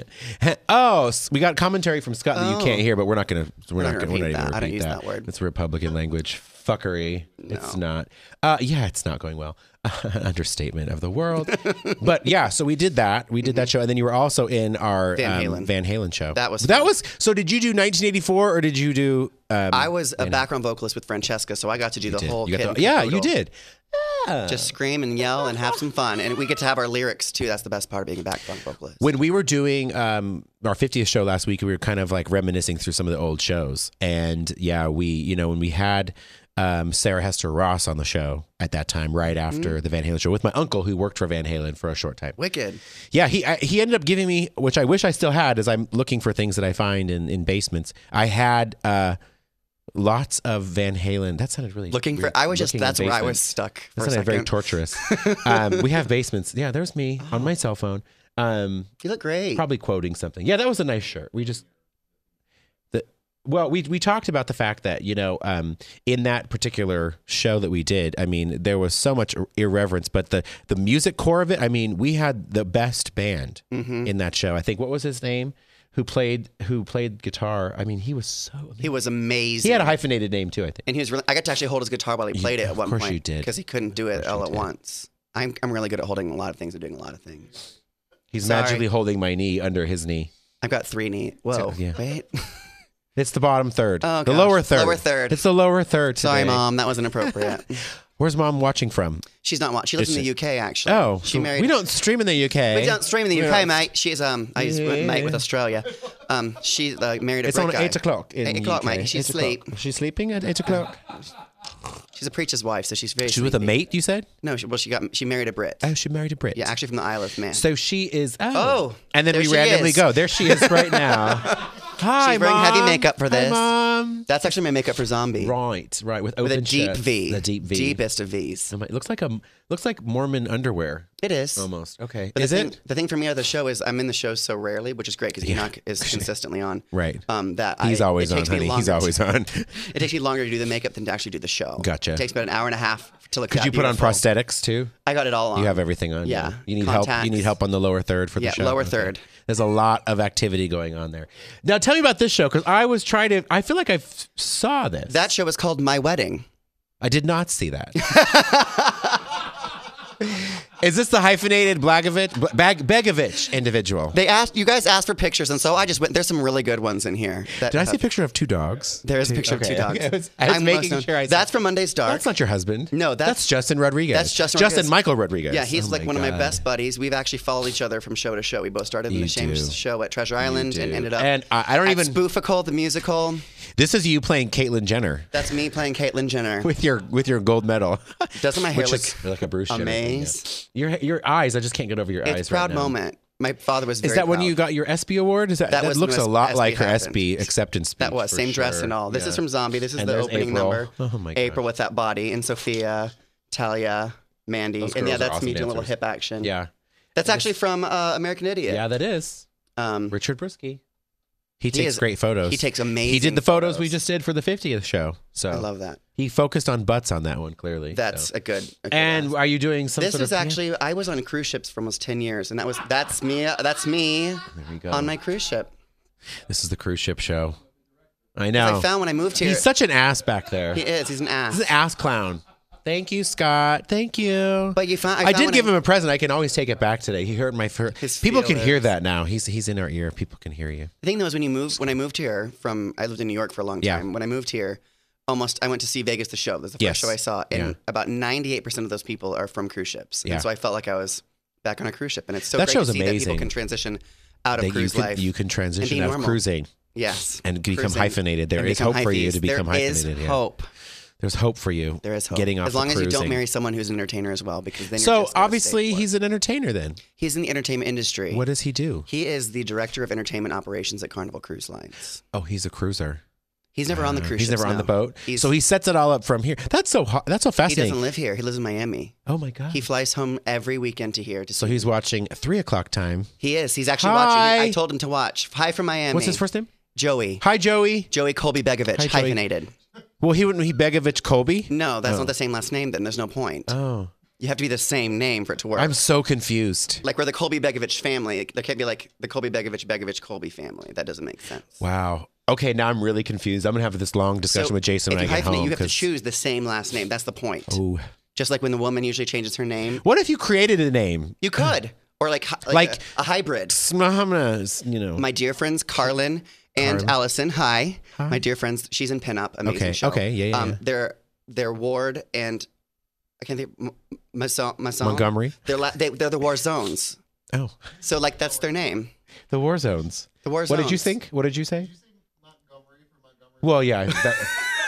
Speaker 1: oh, s- we got commentary from Scott that
Speaker 2: Oh.
Speaker 1: you can't hear, but we're not gonna we're, not
Speaker 2: not
Speaker 1: gonna
Speaker 2: gonna
Speaker 1: we're not
Speaker 2: repeat
Speaker 1: even
Speaker 2: that.
Speaker 1: repeat
Speaker 2: I don't use that word.
Speaker 1: It's Republican language fuckery. It's not. Uh, yeah, it's not going well. Understatement of the world. but yeah, so we did that. We did that show, and then you were also in our
Speaker 2: Mm-hmm. Van
Speaker 1: um,
Speaker 2: Halen.
Speaker 1: Van Halen show.
Speaker 2: That was
Speaker 1: that
Speaker 2: fun.
Speaker 1: was. So did you do 1984 or did you do? Um,
Speaker 2: I was a background vocalist with Francesca, so I got to do the
Speaker 1: did-
Speaker 2: whole
Speaker 1: you got
Speaker 2: kit
Speaker 1: the-
Speaker 2: and
Speaker 1: yeah,
Speaker 2: caboodle.
Speaker 1: you did.
Speaker 2: Just scream and yell and have some fun. And we get to have our lyrics too. That's the best part of being a background vocalist.
Speaker 1: When we were doing um, our 50th show last week, we were kind of like reminiscing through some of the old shows. And yeah, we, you know, when we had um, Sarah Hester Ross on the show at that time, right
Speaker 2: Mm-hmm.
Speaker 1: after the Van Halen show, with my uncle who worked for Van Halen for a short time.
Speaker 2: Wicked.
Speaker 1: Yeah, he I, he ended up giving me, which I wish I still had, as I'm looking for things that I find in, in basements. I had uh, lots of Van Halen. That sounded really
Speaker 2: Looking for,
Speaker 1: weird.
Speaker 2: I was just,
Speaker 1: Looking in
Speaker 2: that's where I was
Speaker 1: basements.
Speaker 2: stuck for
Speaker 1: That
Speaker 2: a
Speaker 1: sounded
Speaker 2: second.
Speaker 1: very torturous. um, we have basements. Yeah, there's me on my cell phone. Um,
Speaker 2: you look great.
Speaker 1: probably quoting something. Yeah, that was a nice shirt. We just the well, we we talked about the fact that you know um, in that particular show that we did, I mean, there was so much irreverence, but the the music core of it, I mean, we had the best band
Speaker 2: Mm-hmm. Mm.
Speaker 1: in that show. I think what was his name who played who played guitar. I mean, he was so amazing.
Speaker 2: He was
Speaker 1: he
Speaker 2: amazing.
Speaker 1: had a hyphenated name too. I think.
Speaker 2: and he was really. I got to actually hold his guitar while he played it at
Speaker 1: of
Speaker 2: one
Speaker 1: course
Speaker 2: point.
Speaker 1: you did.
Speaker 2: because he couldn't do it all at once. I'm I'm really good at holding a lot of things and doing a lot of things.
Speaker 1: He's
Speaker 2: Sorry.
Speaker 1: magically holding my knee under his knee.
Speaker 2: I've got three knee. Whoa,
Speaker 1: So- yeah.
Speaker 2: wait.
Speaker 1: It's the bottom third.
Speaker 2: Oh,
Speaker 1: the
Speaker 2: gosh.
Speaker 1: lower third.
Speaker 2: Lower third.
Speaker 1: It's the lower third. Today.
Speaker 2: Sorry, mom, that wasn't appropriate.
Speaker 1: Where's mom watching from?
Speaker 2: She's not watching. She lives
Speaker 1: Is
Speaker 2: in
Speaker 1: she-
Speaker 2: the UK actually.
Speaker 1: Oh,
Speaker 2: she married.
Speaker 1: we don't stream in the UK.
Speaker 2: We don't stream in the
Speaker 1: we
Speaker 2: UK,
Speaker 1: don't-
Speaker 2: mate. She's um, I used
Speaker 1: Yeah.
Speaker 2: mate with Australia. Um, she's uh, married a
Speaker 1: It's
Speaker 2: Brit
Speaker 1: on
Speaker 2: guy.
Speaker 1: eight o'clock. In
Speaker 2: Eight o'clock,
Speaker 1: UK.
Speaker 2: mate.
Speaker 1: Eight
Speaker 2: She's
Speaker 1: o'clock.
Speaker 2: asleep.
Speaker 1: She's sleeping at eight o'clock.
Speaker 2: She's a preacher's wife, so she's very.
Speaker 1: She's with a
Speaker 2: sleepy.
Speaker 1: mate. You said?
Speaker 2: No, she, well, she got she married a Brit.
Speaker 1: Oh, she married a Brit.
Speaker 2: yeah, actually from the Isle of Man.
Speaker 1: So she is. Oh.
Speaker 2: Oh,
Speaker 1: and then
Speaker 2: there
Speaker 1: we
Speaker 2: she
Speaker 1: randomly
Speaker 2: is.
Speaker 1: go. There she is right now. Hi,
Speaker 2: She's wearing heavy
Speaker 1: Mom.
Speaker 2: makeup for
Speaker 1: Hi,
Speaker 2: this.
Speaker 1: Mom.
Speaker 2: That's actually my makeup for zombie.
Speaker 1: Right, right. With,
Speaker 2: With a
Speaker 1: open
Speaker 2: deep
Speaker 1: chest.
Speaker 2: V.
Speaker 1: The deep V.
Speaker 2: Deepest of V's.
Speaker 1: Oh my- It looks like a looks like Mormon underwear
Speaker 2: It is.
Speaker 1: almost. Okay,
Speaker 2: But
Speaker 1: Oh is
Speaker 2: the thing,
Speaker 1: it
Speaker 2: the thing for me of the show is I'm in the show so rarely, which is great because Enoch is consistently on.
Speaker 1: right?
Speaker 2: Um, that
Speaker 1: He's
Speaker 2: I,
Speaker 1: always
Speaker 2: it
Speaker 1: on,
Speaker 2: takes me
Speaker 1: honey. He's
Speaker 2: longer
Speaker 1: always
Speaker 2: to-
Speaker 1: on.
Speaker 2: It takes me longer to do the makeup than to actually do the show.
Speaker 1: Gotcha.
Speaker 2: It takes about an hour and a half to look.
Speaker 1: Could
Speaker 2: that
Speaker 1: you put on
Speaker 2: beautiful.
Speaker 1: prosthetics too?
Speaker 2: I got it all on.
Speaker 1: You have everything on.
Speaker 2: Uh, Yeah.
Speaker 1: You need help. You
Speaker 2: Contacts.
Speaker 1: need help on the lower third for the
Speaker 2: Yeah,
Speaker 1: show.
Speaker 2: lower third.
Speaker 1: There's a lot of activity going on there. Now tell me about this show because I was trying to. I feel like I f- saw this.
Speaker 2: That show is called My Wedding.
Speaker 1: I did not see that. Is this the hyphenated Blagovich, Bag, Begovich individual?
Speaker 2: They asked you guys asked for pictures, and so I just went. There's some really good ones in here. That,
Speaker 1: Did I see a picture of two dogs?
Speaker 2: There is a
Speaker 1: Two-
Speaker 2: picture
Speaker 1: okay,
Speaker 2: of two dogs.
Speaker 1: okay, I was, I was
Speaker 2: I'm
Speaker 1: making
Speaker 2: most-
Speaker 1: sure I. saw-
Speaker 2: That's from Monday's Dark.
Speaker 1: that's not your husband.
Speaker 2: No, that's-
Speaker 1: Justin Rodriguez.
Speaker 2: that's Justin
Speaker 1: Justin
Speaker 2: Rodriguez.
Speaker 1: Michael Rodriguez.
Speaker 2: yeah, he's
Speaker 1: Oh
Speaker 2: like
Speaker 1: my
Speaker 2: one of my
Speaker 1: God.
Speaker 2: best buddies. We've actually followed each other from show to show. We both started in
Speaker 1: You
Speaker 2: the same
Speaker 1: do.
Speaker 2: show at Treasure Island and
Speaker 1: do.
Speaker 2: ended up.
Speaker 1: And I- I don't
Speaker 2: at
Speaker 1: even-
Speaker 2: Spoofical, the musical.
Speaker 1: This is you playing Caitlyn Jenner
Speaker 2: That's me playing Caitlyn Jenner.
Speaker 1: with your with your gold medal.
Speaker 2: Doesn't my hair
Speaker 1: Which
Speaker 2: look
Speaker 1: is like a Bruce Jenner thing, yeah.
Speaker 2: amazed?
Speaker 1: Your your eyes. I just can't get over your eyes.
Speaker 2: It's a proud
Speaker 1: right now.
Speaker 2: moment. My father was. Very
Speaker 1: Is that when
Speaker 2: proud.
Speaker 1: you got your ESPY award? Is that that,
Speaker 2: That was
Speaker 1: looks
Speaker 2: when
Speaker 1: a lot
Speaker 2: ESPY
Speaker 1: like her
Speaker 2: happened.
Speaker 1: ESPY acceptance speech?
Speaker 2: That was
Speaker 1: for
Speaker 2: same dress
Speaker 1: sure.
Speaker 2: and all. This
Speaker 1: Yeah.
Speaker 2: is from Zombie. This is
Speaker 1: And
Speaker 2: the
Speaker 1: there's
Speaker 2: opening
Speaker 1: April.
Speaker 2: number.
Speaker 1: Oh my God.
Speaker 2: April with that body and Sophia, Talia, Mandy,
Speaker 1: Those
Speaker 2: and yeah,
Speaker 1: girls are
Speaker 2: that's me
Speaker 1: awesome
Speaker 2: doing a little
Speaker 1: dancers.
Speaker 2: hip action.
Speaker 1: Yeah,
Speaker 2: that's actually from uh, American Idiot.
Speaker 1: yeah, that is
Speaker 2: Um,
Speaker 1: Richard Brisky. He takes
Speaker 2: is-
Speaker 1: great photos.
Speaker 2: he takes amazing.
Speaker 1: He did the photos, we just did for the 50th show. So
Speaker 2: I love that.
Speaker 1: he focused on butts on that one clearly.
Speaker 2: That's
Speaker 1: so.
Speaker 2: a good. A good
Speaker 1: and
Speaker 2: ask.
Speaker 1: are you doing some?
Speaker 2: this
Speaker 1: sort
Speaker 2: is
Speaker 1: of-
Speaker 2: actually I was on cruise ships for almost ten years, and that was that's me. That's me
Speaker 1: There we go.
Speaker 2: on my cruise ship.
Speaker 1: This is the cruise ship show. I know.
Speaker 2: I found when I moved here.
Speaker 1: Oh. He's such an ass back there.
Speaker 2: he is. He's an ass.
Speaker 1: He's an ass clown. Thank you, Scott. Thank you.
Speaker 2: but you found. I,
Speaker 1: I,
Speaker 2: found
Speaker 1: did
Speaker 2: when
Speaker 1: give him a present. I can always take it back today. He hurt my fur.
Speaker 2: His
Speaker 1: People can hear
Speaker 2: feelings.
Speaker 1: that now. He's he's in our ear. People can hear you.
Speaker 2: The thing though is when you move, when I moved here from, I lived in New York for a long
Speaker 1: Yeah.
Speaker 2: time. When I moved here, almost I went to see Vegas the show. That's the first
Speaker 1: Yes.
Speaker 2: show I saw, and
Speaker 1: Yeah.
Speaker 2: about ninety eight percent of those people are from cruise ships,
Speaker 1: Yeah.
Speaker 2: and so I felt like I was back on a cruise ship, and it's so
Speaker 1: That
Speaker 2: great
Speaker 1: show's
Speaker 2: to see that people
Speaker 1: amazing.
Speaker 2: can transition out of
Speaker 1: That you
Speaker 2: cruise
Speaker 1: can
Speaker 2: life.
Speaker 1: you can transition out of
Speaker 2: normal.
Speaker 1: cruising
Speaker 2: yes,
Speaker 1: and become
Speaker 2: Cruising
Speaker 1: hyphenated. There
Speaker 2: and
Speaker 1: is
Speaker 2: become
Speaker 1: hope for you
Speaker 2: hyphies.
Speaker 1: to become
Speaker 2: There is
Speaker 1: hyphenated. yeah.
Speaker 2: hope.
Speaker 1: There's hope for you.
Speaker 2: There is hope.
Speaker 1: Getting off
Speaker 2: as long
Speaker 1: of
Speaker 2: as you don't
Speaker 1: cruising.
Speaker 2: marry someone who's an entertainer as well, because then you're
Speaker 1: So
Speaker 2: just gonna stay
Speaker 1: obviously
Speaker 2: poor.
Speaker 1: he's an entertainer. Then
Speaker 2: he's in the entertainment industry.
Speaker 1: what does he do?
Speaker 2: he is the director of entertainment operations at Carnival Cruise Lines.
Speaker 1: Oh, he's a cruiser.
Speaker 2: He's never on the
Speaker 1: Uh,
Speaker 2: cruise.
Speaker 1: He's
Speaker 2: ships,
Speaker 1: never on the
Speaker 2: no.
Speaker 1: boat.
Speaker 2: He's-
Speaker 1: so he sets it all up from here. That's so ho- that's so
Speaker 2: He
Speaker 1: fascinating.
Speaker 2: doesn't live here. He lives in Miami.
Speaker 1: oh my god.
Speaker 2: He flies home every weekend to here. To
Speaker 1: so
Speaker 2: see.
Speaker 1: he's watching three o'clock time.
Speaker 2: He is. He's actually
Speaker 1: Hi.
Speaker 2: watching. I told him to watch. Hi from Miami.
Speaker 1: What's his first name?
Speaker 2: Joey.
Speaker 1: Hi Joey.
Speaker 2: Joey Colby Begovich.
Speaker 1: Hi, Joey.
Speaker 2: hyphenated.
Speaker 1: Well, he wouldn't. He Begovich Colby.
Speaker 2: No, that's
Speaker 1: Oh.
Speaker 2: not the same last name. Then there's no point.
Speaker 1: Oh,
Speaker 2: you have to be the same name for it to work.
Speaker 1: I'm so confused.
Speaker 2: like we're the Colby Begovich family. There can't be like the Colby Begovich Begovich Colby family. That doesn't make sense.
Speaker 1: Wow. Okay, now I'm really confused. I'm gonna have this long discussion with Jason
Speaker 2: if
Speaker 1: when I
Speaker 2: you
Speaker 1: get
Speaker 2: hyphenate,
Speaker 1: home.
Speaker 2: you have to
Speaker 1: 'cause- Oh.
Speaker 2: choose the same last name. That's the point.
Speaker 1: Ooh.
Speaker 2: Just like when the woman usually changes her name,
Speaker 1: What if you created a name?
Speaker 2: you could, or like hy- like,
Speaker 1: Like-
Speaker 2: a, a hybrid.
Speaker 1: Sm- I'm gonna, you know.
Speaker 2: My dear friends Carlin and Allison. Hi. my dear friends. She's in Pinup. Amazing
Speaker 1: Okay,
Speaker 2: show.
Speaker 1: okay, yeah, yeah, yeah.
Speaker 2: They're they're Ward and I can't think. M- Masson, Masson.
Speaker 1: Montgomery.
Speaker 2: They're la- they, they're the War Zones.
Speaker 1: Oh,
Speaker 2: So like that's their name.
Speaker 1: the war zones.
Speaker 2: The War
Speaker 1: What
Speaker 2: Zones.
Speaker 1: did you think? What did you say? Well, yeah. that-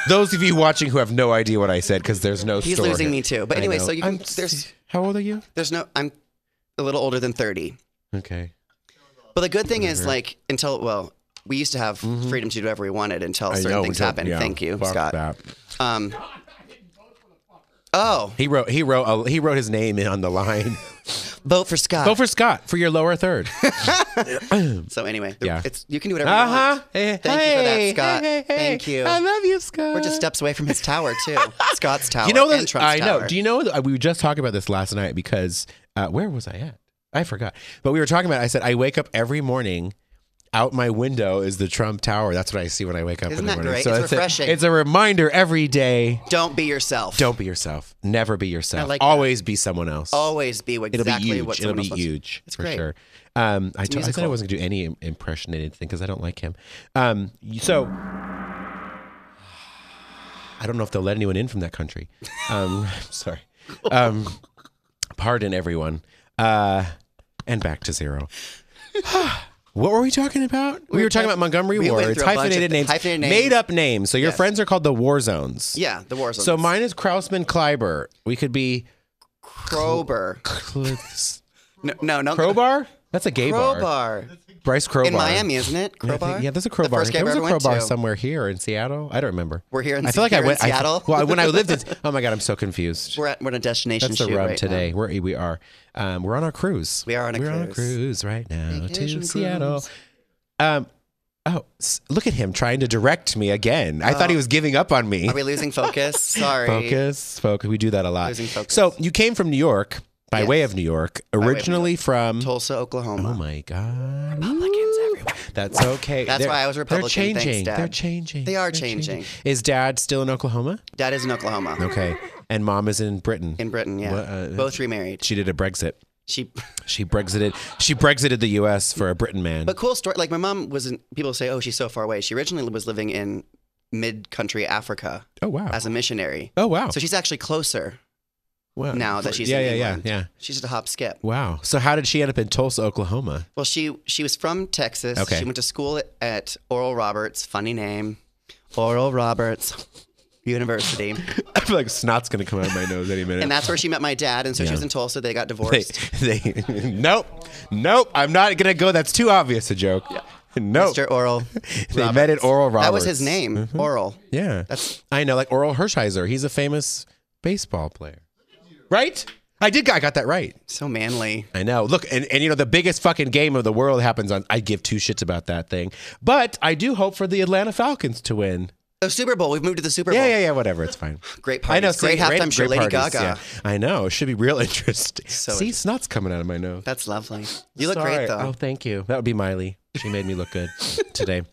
Speaker 1: those of you watching who have no idea what I said because there's no.
Speaker 2: He's
Speaker 1: store
Speaker 2: losing
Speaker 1: here.
Speaker 2: me too. But
Speaker 1: I
Speaker 2: anyway,
Speaker 1: know.
Speaker 2: so you can
Speaker 1: I'm-
Speaker 2: there's
Speaker 1: how old are you?
Speaker 2: there's no I'm a little older than thirty.
Speaker 1: Okay.
Speaker 2: But the good thing is, like, until well, we used to have
Speaker 1: Mm-hmm.
Speaker 2: freedom to do whatever we wanted until certain things
Speaker 1: until-
Speaker 2: happened.
Speaker 1: yeah,
Speaker 2: Thank you,
Speaker 1: fuck
Speaker 2: Scott.
Speaker 1: that.
Speaker 2: Um, oh,
Speaker 1: He wrote. He wrote. A, he wrote his name in on the line.
Speaker 2: vote for Scott.
Speaker 1: Go for Scott for your lower third.
Speaker 2: so anyway, the-
Speaker 1: Yeah.
Speaker 2: it's you can do whatever
Speaker 1: Uh
Speaker 2: you
Speaker 1: huh.
Speaker 2: want. Thank you for that, Scott. Thank you.
Speaker 1: I love you, Scott.
Speaker 2: We're just steps away from his tower too, Scott's tower.
Speaker 1: You know
Speaker 2: and
Speaker 1: that
Speaker 2: Trump's
Speaker 1: I know.
Speaker 2: tower.
Speaker 1: Do you know that we were just talking about this last night because uh, where was I at? I forgot. But we were talking about. It. I said I wake up every morning. Out my window is the Trump Tower. That's what I see when I wake up in
Speaker 2: Isn't
Speaker 1: the
Speaker 2: that
Speaker 1: morning.
Speaker 2: great?
Speaker 1: So
Speaker 2: It's
Speaker 1: that's it.
Speaker 2: refreshing.
Speaker 1: It's a reminder every day.
Speaker 2: Don't be yourself.
Speaker 1: Don't be yourself. Never be yourself.
Speaker 2: like that. Oh,
Speaker 1: Always be someone else.
Speaker 2: always be what-
Speaker 1: It'll
Speaker 2: exactly
Speaker 1: be huge.
Speaker 2: what
Speaker 1: It'll
Speaker 2: someone
Speaker 1: be
Speaker 2: else wants-
Speaker 1: huge for
Speaker 2: great.
Speaker 1: sure. Um, I, t- I said I
Speaker 2: musical.
Speaker 1: wasn't gonna do any im- impressionated thing because I don't like him. Um, y- so I don't know if they'll let anyone in from that country. Um, I'm sorry. Um, pardon everyone. Uh, and back to zero. What were we talking about? We, were talking
Speaker 2: talk-
Speaker 1: about Montgomery
Speaker 2: we
Speaker 1: Ward.
Speaker 2: went
Speaker 1: It's
Speaker 2: through a bunch of
Speaker 1: hyphenated
Speaker 2: th-
Speaker 1: names,
Speaker 2: hyphenated names.
Speaker 1: made up names. So your
Speaker 2: Yes.
Speaker 1: friends are called the War Zones.
Speaker 2: Yeah, the war zone.
Speaker 1: So mine is Krausman Kleiber. We could be
Speaker 2: Krober.
Speaker 1: Cl-
Speaker 2: No, no, no.
Speaker 1: Crowbar? That's a gay bar.
Speaker 2: Crowbar.
Speaker 1: Bryce Crowbar.
Speaker 2: in Miami, isn't it?
Speaker 1: Yeah, I think-
Speaker 2: Crowbar.
Speaker 1: Yeah, there's a crowbar.
Speaker 2: The first game
Speaker 1: there was
Speaker 2: I
Speaker 1: a
Speaker 2: ever went
Speaker 1: crowbar
Speaker 2: to.
Speaker 1: somewhere here in Seattle. I don't remember.
Speaker 2: We're here in-
Speaker 1: I feel like I
Speaker 2: here in
Speaker 1: went I-
Speaker 2: Seattle.
Speaker 1: well, when I lived in, oh my god, I'm so confused.
Speaker 2: We're at we're at a destination
Speaker 1: That's the
Speaker 2: shoot
Speaker 1: rub
Speaker 2: right
Speaker 1: today.
Speaker 2: now.
Speaker 1: We're we are, um, we're on our cruise.
Speaker 2: We are on a
Speaker 1: we're on a
Speaker 2: cruise.
Speaker 1: cruise right now
Speaker 2: Vacation
Speaker 1: to Seattle.
Speaker 2: cruise.
Speaker 1: Um, oh, s- look at him trying to direct me again. I thought he was giving up on me.
Speaker 2: Oh. Are we losing focus? Sorry.
Speaker 1: Focus, focus. We do that a lot.
Speaker 2: Losing focus.
Speaker 1: So you came from New York by
Speaker 2: Yes.
Speaker 1: way of New York,
Speaker 2: way of New
Speaker 1: originally from.
Speaker 2: Tulsa, Oklahoma.
Speaker 1: Oh my God!
Speaker 2: Republicans everywhere.
Speaker 1: That's okay.
Speaker 2: That's why I was Republican.
Speaker 1: They're changing.
Speaker 2: Thanks, Dad.
Speaker 1: They're changing.
Speaker 2: They are
Speaker 1: They're
Speaker 2: changing.
Speaker 1: Is Dad still in Oklahoma?
Speaker 2: Dad is in Oklahoma.
Speaker 1: Okay, and Mom is in Britain.
Speaker 2: In Britain, yeah.
Speaker 1: What, uh,
Speaker 2: Both remarried.
Speaker 1: she did a Brexit.
Speaker 2: She
Speaker 1: She Brexited. She Brexited the U.S. for a Britain man.
Speaker 2: But cool story. Like my mom was in, people say, oh, she's so far away. She originally was living in mid-country Africa
Speaker 1: oh wow.
Speaker 2: as a missionary.
Speaker 1: oh wow.
Speaker 2: So she's actually closer.
Speaker 1: wow.
Speaker 2: now that she's
Speaker 1: yeah
Speaker 2: in
Speaker 1: yeah
Speaker 2: England.
Speaker 1: yeah yeah.
Speaker 2: She's just a hop skip.
Speaker 1: Wow. So how did she end up in Tulsa, Oklahoma?
Speaker 2: Well, she she was from Texas.
Speaker 1: Okay.
Speaker 2: She went to school at, at Oral Roberts, funny name, Oral Roberts University,
Speaker 1: I feel like snot's gonna come out of my nose any minute.
Speaker 2: and that's where she met my dad. And so she was in Tulsa. They
Speaker 1: they,
Speaker 2: got divorced.
Speaker 1: they, nope, nope. I'm not gonna go. That's too obvious a joke. Nope.
Speaker 2: Mr. Oral.
Speaker 1: Oh. They met at Oral Roberts. Mm-hmm.
Speaker 2: That was his name, Oral.
Speaker 1: Yeah. I know, like Oral Hershiser. He's a famous baseball player. Right? I did I got that right.
Speaker 2: So manly.
Speaker 1: I know. Look, and, and you know, the biggest fucking game of the world happens on I give two shits about that thing. But I do hope for the Atlanta Falcons to win.
Speaker 2: Oh, Super Bowl. We've moved to the Super Bowl.
Speaker 1: Yeah, yeah, yeah, whatever. It's fine.
Speaker 2: Great
Speaker 1: I know.
Speaker 2: parties. Great halftime show, Lady Gaga.
Speaker 1: yeah. I know. It should be real interesting. see, snot's coming out of my nose.
Speaker 2: That's lovely. You look
Speaker 1: Sorry.
Speaker 2: great though.
Speaker 1: Oh, thank you. That would be Miley. She made me look good today.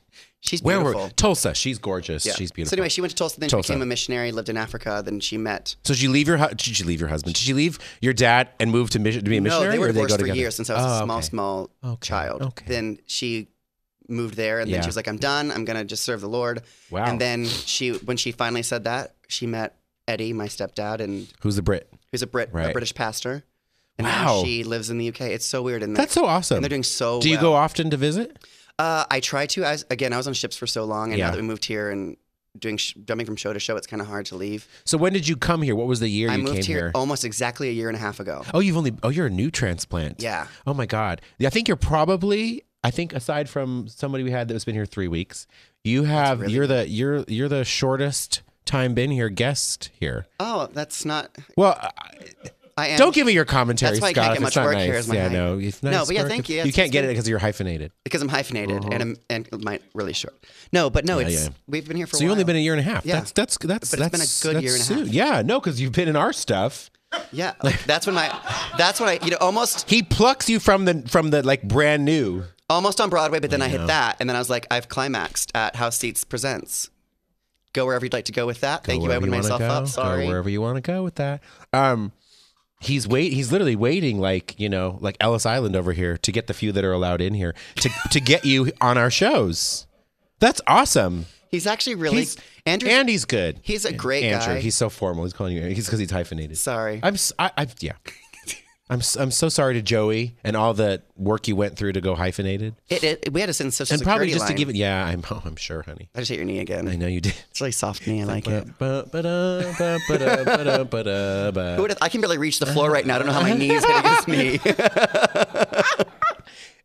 Speaker 2: She's
Speaker 1: Where
Speaker 2: beautiful.
Speaker 1: were Tulsa? She's gorgeous.
Speaker 2: Yeah.
Speaker 1: She's beautiful.
Speaker 2: So anyway, she went to Tulsa, then
Speaker 1: Tulsa.
Speaker 2: she became a missionary, lived in Africa, then she met.
Speaker 1: So did you leave your hu- did you leave your husband? Did you leave your dad and move to mission to be a missionary?
Speaker 2: no, they
Speaker 1: or
Speaker 2: were
Speaker 1: did
Speaker 2: divorced
Speaker 1: go
Speaker 2: for
Speaker 1: together?
Speaker 2: years since I was
Speaker 1: Oh,
Speaker 2: a small,
Speaker 1: okay.
Speaker 2: small
Speaker 1: Okay.
Speaker 2: child.
Speaker 1: Okay.
Speaker 2: Then she moved there, and
Speaker 1: Yeah.
Speaker 2: then she was like, "I'm done. I'm gonna just serve the Lord."
Speaker 1: Wow.
Speaker 2: And then she, when she finally said that, she met Eddie, my stepdad, and
Speaker 1: Who's the Brit?
Speaker 2: who's a Brit,
Speaker 1: Right.
Speaker 2: a British pastor. And
Speaker 1: Wow.
Speaker 2: now she lives in the UK. It's so weird, and
Speaker 1: That's so awesome.
Speaker 2: and they're doing so.
Speaker 1: Do you
Speaker 2: well.
Speaker 1: go often to visit?
Speaker 2: Uh, I try to. As again, I was on ships for so long, and
Speaker 1: Yeah.
Speaker 2: now that we moved here and doing sh- jumping from show to show, it's kind of hard to leave.
Speaker 1: So when did you come here? What was the year
Speaker 2: I
Speaker 1: you came
Speaker 2: moved here, almost exactly a year and a half ago.
Speaker 1: Oh, you've only oh you're a new transplant.
Speaker 2: Yeah.
Speaker 1: Oh my god. Yeah, I think you're probably I think aside from somebody we had that has been here three weeks, you have you're the you're you're the shortest time been here guest here.
Speaker 2: Oh, that's not.
Speaker 1: Well, I-
Speaker 2: I am.
Speaker 1: don't give me your commentary,
Speaker 2: That's why I
Speaker 1: Scott.
Speaker 2: can't get
Speaker 1: if it's
Speaker 2: much
Speaker 1: not
Speaker 2: work
Speaker 1: nice.
Speaker 2: here as my
Speaker 1: yeah,
Speaker 2: hype.
Speaker 1: no, it's nice
Speaker 2: No, but yeah,
Speaker 1: work.
Speaker 2: thank you.
Speaker 1: You
Speaker 2: That's-
Speaker 1: can't get it
Speaker 2: that's
Speaker 1: because you're hyphygenated.
Speaker 2: because I'm hyphenated and I'm and my really short. No, but no, it's
Speaker 1: Uh-huh. yeah.
Speaker 2: we've been here for.
Speaker 1: So
Speaker 2: a
Speaker 1: you
Speaker 2: while.
Speaker 1: only been a year and a half.
Speaker 2: Yeah.
Speaker 1: That's that's that's
Speaker 2: But it's
Speaker 1: that's
Speaker 2: been a
Speaker 1: that's
Speaker 2: good year and a
Speaker 1: soon.
Speaker 2: half.
Speaker 1: Yeah, no, because you've been in our stuff.
Speaker 2: Yeah, that's when I. That's when I. You know, almost
Speaker 1: He plucks you from the from the like brand new.
Speaker 2: almost on Broadway, but then I, hit that, and then I was like, I've climaxed at House Seats Presents. Go wherever you'd like to go with that. Thank you. I
Speaker 1: wherever
Speaker 2: opened
Speaker 1: wanna
Speaker 2: myself
Speaker 1: go,
Speaker 2: up. Sorry.
Speaker 1: Go wherever you want to go with that. Um, he's wait. He's literally waiting, like you know, like Ellis Island over here, to get the few that are allowed in here to to get you on our shows. That's awesome.
Speaker 2: He's actually really
Speaker 1: He's-
Speaker 2: Andrew.
Speaker 1: and he's good.
Speaker 2: he's a great
Speaker 1: Andrew,
Speaker 2: guy.
Speaker 1: he's so formal. He's calling you. He's because he's hyphenated.
Speaker 2: Sorry.
Speaker 1: I'm s- I, I yeah. I'm s- I'm so sorry to Joey and all the work you went through to go hyphenated,
Speaker 2: It, it, we had to send social
Speaker 1: and
Speaker 2: security
Speaker 1: probably just
Speaker 2: line.
Speaker 1: to give it. Yeah, I'm oh, I'm sure, honey.
Speaker 2: I just hit your knee again.
Speaker 1: I know you did.
Speaker 2: It's really soft knee. I like it.
Speaker 1: Ba- ba-da, ba- ba-da, ba-da, ba-da, ba.
Speaker 2: Who would've- I can barely reach the floor right now. I don't know how my knees hit against me.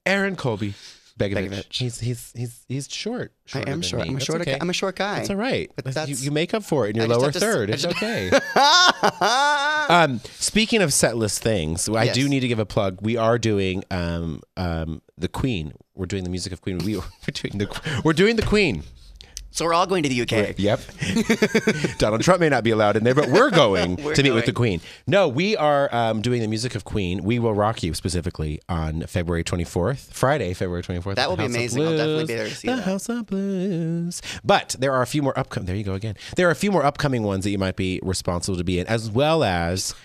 Speaker 1: Aaron Colby Begovich.
Speaker 2: Begovic.
Speaker 1: He's he's he's he's short.
Speaker 2: I
Speaker 1: shorter
Speaker 2: am
Speaker 1: than
Speaker 2: short.
Speaker 1: me.
Speaker 2: I'm a
Speaker 1: That's
Speaker 2: short.
Speaker 1: okay.
Speaker 2: I'm a short guy.
Speaker 1: That's all right.
Speaker 2: But
Speaker 1: That's- you-
Speaker 2: that's-
Speaker 1: you, make up for it in your
Speaker 2: I just
Speaker 1: lower
Speaker 2: have to s-
Speaker 1: third.
Speaker 2: I
Speaker 1: It's
Speaker 2: just-
Speaker 1: okay.
Speaker 2: Ah!
Speaker 1: um, speaking of set list things, I do
Speaker 2: Yes.
Speaker 1: need to give a plug. We are doing um, um, the Queen. We're doing the music of Queen. We, we're doing the we're doing the Queen.
Speaker 2: so we're all going to the UK.
Speaker 1: Yep. Donald Trump may not be allowed in there, but we're going
Speaker 2: We're
Speaker 1: to meet with
Speaker 2: going.
Speaker 1: the Queen. No, we are um, doing the music of Queen. We will rock you specifically on February 24th, Friday, February 24th.
Speaker 2: That
Speaker 1: at
Speaker 2: will
Speaker 1: the
Speaker 2: be
Speaker 1: House of
Speaker 2: amazing. I'll
Speaker 1: Blues.
Speaker 2: definitely be there to see
Speaker 1: The
Speaker 2: that.
Speaker 1: House of Blues. But there are a few more upcoming. There you go again. There are a few more upcoming ones that you might be responsible to be in, as well as.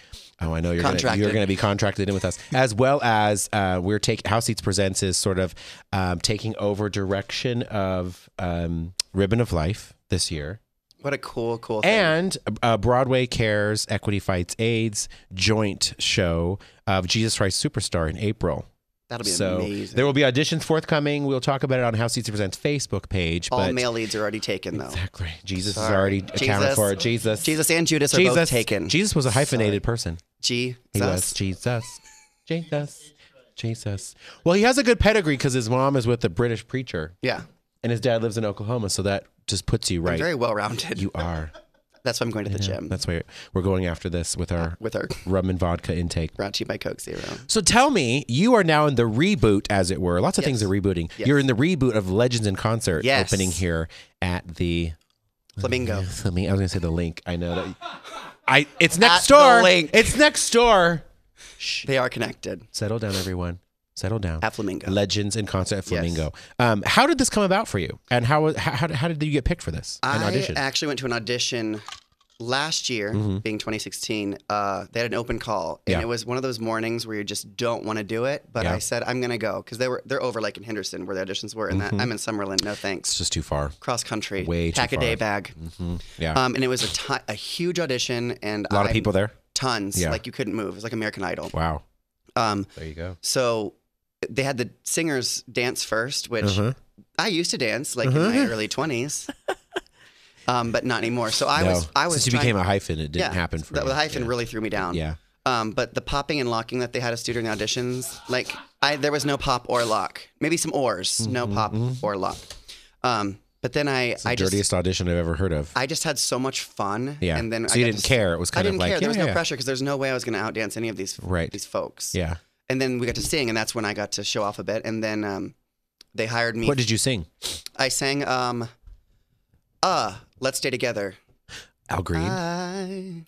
Speaker 1: Oh, I know you're gonna,
Speaker 2: Contracted.
Speaker 1: you're going to be contracted in with us, as well as uh, we're taking House Seats Presents is sort of um, taking over direction of um, Ribbon of Life this year.
Speaker 2: What a cool, cool thing.
Speaker 1: And uh, Broadway Cares Equity Fights AIDS joint show of Jesus Christ Superstar in April.
Speaker 2: That'll be
Speaker 1: So
Speaker 2: amazing.
Speaker 1: there will be auditions forthcoming. We'll talk about it on House Seats Presents Facebook page.
Speaker 2: all
Speaker 1: but
Speaker 2: male leads are already taken, though.
Speaker 1: Exactly. Jesus is
Speaker 2: Sorry.
Speaker 1: already accounted
Speaker 2: Jesus.
Speaker 1: for. Jesus.
Speaker 2: Jesus and Judas are both taken.
Speaker 1: Jesus was a hyphenated person.
Speaker 2: Jesus.
Speaker 1: He was Jesus. Jesus. Jesus. Well, he has a good pedigree because his mom is with a British preacher
Speaker 2: Yeah.
Speaker 1: and his dad lives in Oklahoma. So that just puts you right.
Speaker 2: Very well rounded.
Speaker 1: you are.
Speaker 2: That's why I'm going to the gym
Speaker 1: That's why we're going after this with our
Speaker 2: with our
Speaker 1: rum and vodka intake.
Speaker 2: brought to you by Coke Zero.
Speaker 1: So tell me, you are now in the reboot, as it were. Lots of things
Speaker 2: Yes.
Speaker 1: are rebooting.
Speaker 2: Yes.
Speaker 1: You're in the reboot of Legends in Concert
Speaker 2: Yes.
Speaker 1: opening here at the.
Speaker 2: Flamingo.
Speaker 1: Let me. I was gonna say the link. I know that. I. It's
Speaker 2: At
Speaker 1: next
Speaker 2: the
Speaker 1: door.
Speaker 2: link.
Speaker 1: It's next door.
Speaker 2: They are connected
Speaker 1: Settle down, everyone. Settle down.
Speaker 2: at Flamingo.
Speaker 1: Legends in Concert at Flamingo. Um, how did this come about for you? And how how, how, how did you get picked for this? An
Speaker 2: I
Speaker 1: audition. Mm-hmm.
Speaker 2: actually went to an audition last year, being 2016. Uh, they had an open call, and
Speaker 1: Yeah.
Speaker 2: it was one of those mornings where you just don't want to do it. But
Speaker 1: Yeah.
Speaker 2: I said I'm gonna go because they were they're over like in Henderson where the auditions were, and that I'm in Summerlin. No
Speaker 1: it's
Speaker 2: thanks.
Speaker 1: just too far.
Speaker 2: Cross country,
Speaker 1: Mm-hmm. Way too
Speaker 2: pack a day
Speaker 1: far.
Speaker 2: bag.
Speaker 1: Yeah.
Speaker 2: Um, and it was a ti- a huge audition, and
Speaker 1: a lot of people there.
Speaker 2: tons.
Speaker 1: Yeah.
Speaker 2: Like you couldn't move. It was like American Idol.
Speaker 1: Wow.
Speaker 2: Um,
Speaker 1: There you go.
Speaker 2: so they had the singers dance first, which
Speaker 1: Mm-hmm.
Speaker 2: I used to dance like in my early twenties, um, but not anymore. So I was I was
Speaker 1: Since you
Speaker 2: trying-
Speaker 1: became a hyphen, it didn't happen for
Speaker 2: that,
Speaker 1: you.
Speaker 2: the hyphen
Speaker 1: Yeah.
Speaker 2: really threw me down.
Speaker 1: Yeah.
Speaker 2: Um, but the popping and locking that they had us do during the auditions, like I there was no pop or lock. Maybe some oars, no
Speaker 1: Mm-hmm.
Speaker 2: pop or lock. Um, but then I I just
Speaker 1: Dirtiest audition I've ever heard of.
Speaker 2: I just had so much fun.
Speaker 1: Yeah.
Speaker 2: And then
Speaker 1: so
Speaker 2: I
Speaker 1: you
Speaker 2: got
Speaker 1: didn't
Speaker 2: to-
Speaker 1: care. It was
Speaker 2: I
Speaker 1: kind
Speaker 2: didn't
Speaker 1: of like
Speaker 2: care. There
Speaker 1: yeah,
Speaker 2: was no
Speaker 1: yeah.
Speaker 2: pressure because there's no way I was going to outdance any of these
Speaker 1: Right.
Speaker 2: these folks.
Speaker 1: Yeah.
Speaker 2: And then we got to sing, and that's when I got to show off a bit. And then um, they hired me.
Speaker 1: What did you sing?
Speaker 2: I sang, um, uh, let's stay together.
Speaker 1: Al Green.
Speaker 2: Uh, I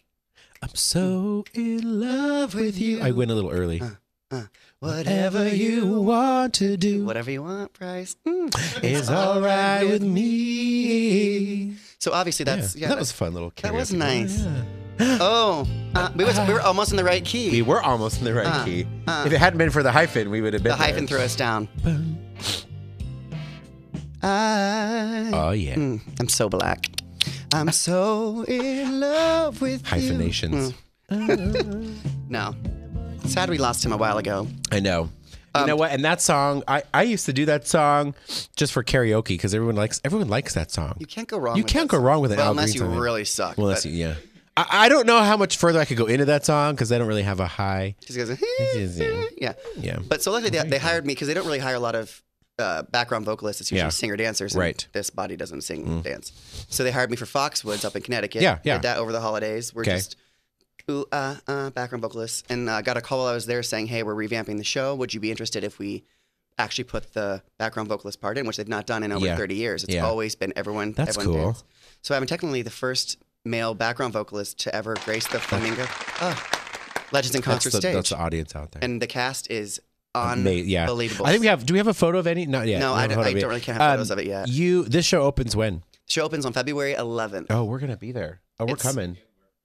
Speaker 1: I'm so in love with you. I went a little early.
Speaker 2: Uh, whatever you
Speaker 1: want to do
Speaker 2: whatever you want, Bryce. Mm.
Speaker 1: is all right with me.
Speaker 2: So obviously
Speaker 1: Yeah.
Speaker 2: that's yeah.
Speaker 1: that
Speaker 2: that's-
Speaker 1: was a fun little. Karaoke.
Speaker 2: that was
Speaker 1: one.
Speaker 2: nice.
Speaker 1: Yeah.
Speaker 2: oh, uh, we was we were almost in the right key.
Speaker 1: We were almost in the right
Speaker 2: Uh,
Speaker 1: key.
Speaker 2: uh.
Speaker 1: if it hadn't been for the hyphen, we would have been Mm.
Speaker 2: the hyphen threw us down.
Speaker 1: through.
Speaker 2: I
Speaker 1: Oh yeah.
Speaker 2: Mm, I'm so black. I'm so in love with Mm.
Speaker 1: Hyphenations. Mm.
Speaker 2: You. No. Sad we lost him a while ago.
Speaker 1: I know. You
Speaker 2: Um,
Speaker 1: know what? And that song, I, I used to do that song just for karaoke because everyone likes everyone likes that song.
Speaker 2: You can't go wrong
Speaker 1: You
Speaker 2: with
Speaker 1: can't
Speaker 2: this.
Speaker 1: go wrong with an
Speaker 2: well,
Speaker 1: Al
Speaker 2: unless
Speaker 1: Green
Speaker 2: you
Speaker 1: song.
Speaker 2: really suck.
Speaker 1: Well, that's yeah. I, I don't know how much further I could go into that song because I don't really have a high.
Speaker 2: Just goes,
Speaker 1: Yeah.
Speaker 2: yeah.
Speaker 1: Yeah.
Speaker 2: But so luckily they, they hired me because they don't really hire a lot of uh, background vocalists. It's usually
Speaker 1: Yeah.
Speaker 2: singer dancers. and
Speaker 1: Right. Mm.
Speaker 2: This body doesn't sing dance. So they hired me for Foxwoods up in Connecticut.
Speaker 1: Yeah, yeah.
Speaker 2: Did that over the holidays. We're
Speaker 1: Okay.
Speaker 2: just ooh uh, uh background vocalists and uh, got a call while I was there saying, "Hey, we're revamping the show. Would you be interested if we?" Actually, put the background vocalist part in, which they've not done in over
Speaker 1: Yeah.
Speaker 2: 30 years. It's
Speaker 1: Yeah.
Speaker 2: always been everyone.
Speaker 1: That's
Speaker 2: everyone
Speaker 1: cool.
Speaker 2: Dance. So I'm technically the first male background vocalist to ever grace the Flamingo uh, Legends in
Speaker 1: That's
Speaker 2: Concert
Speaker 1: the,
Speaker 2: stage
Speaker 1: that's the audience out there.
Speaker 2: and the cast is
Speaker 1: Ama- yeah.
Speaker 2: unbelievable.
Speaker 1: I think we have. Do we have a photo of any? Not yet.
Speaker 2: No,
Speaker 1: We
Speaker 2: I
Speaker 1: have a
Speaker 2: don't-
Speaker 1: photo
Speaker 2: I
Speaker 1: of it. Um,
Speaker 2: don't really can't have photos of it yet.
Speaker 1: You. This show opens when?
Speaker 2: show opens on February 11th.
Speaker 1: Oh, we're gonna be there. Oh, we're
Speaker 2: It's-
Speaker 1: coming.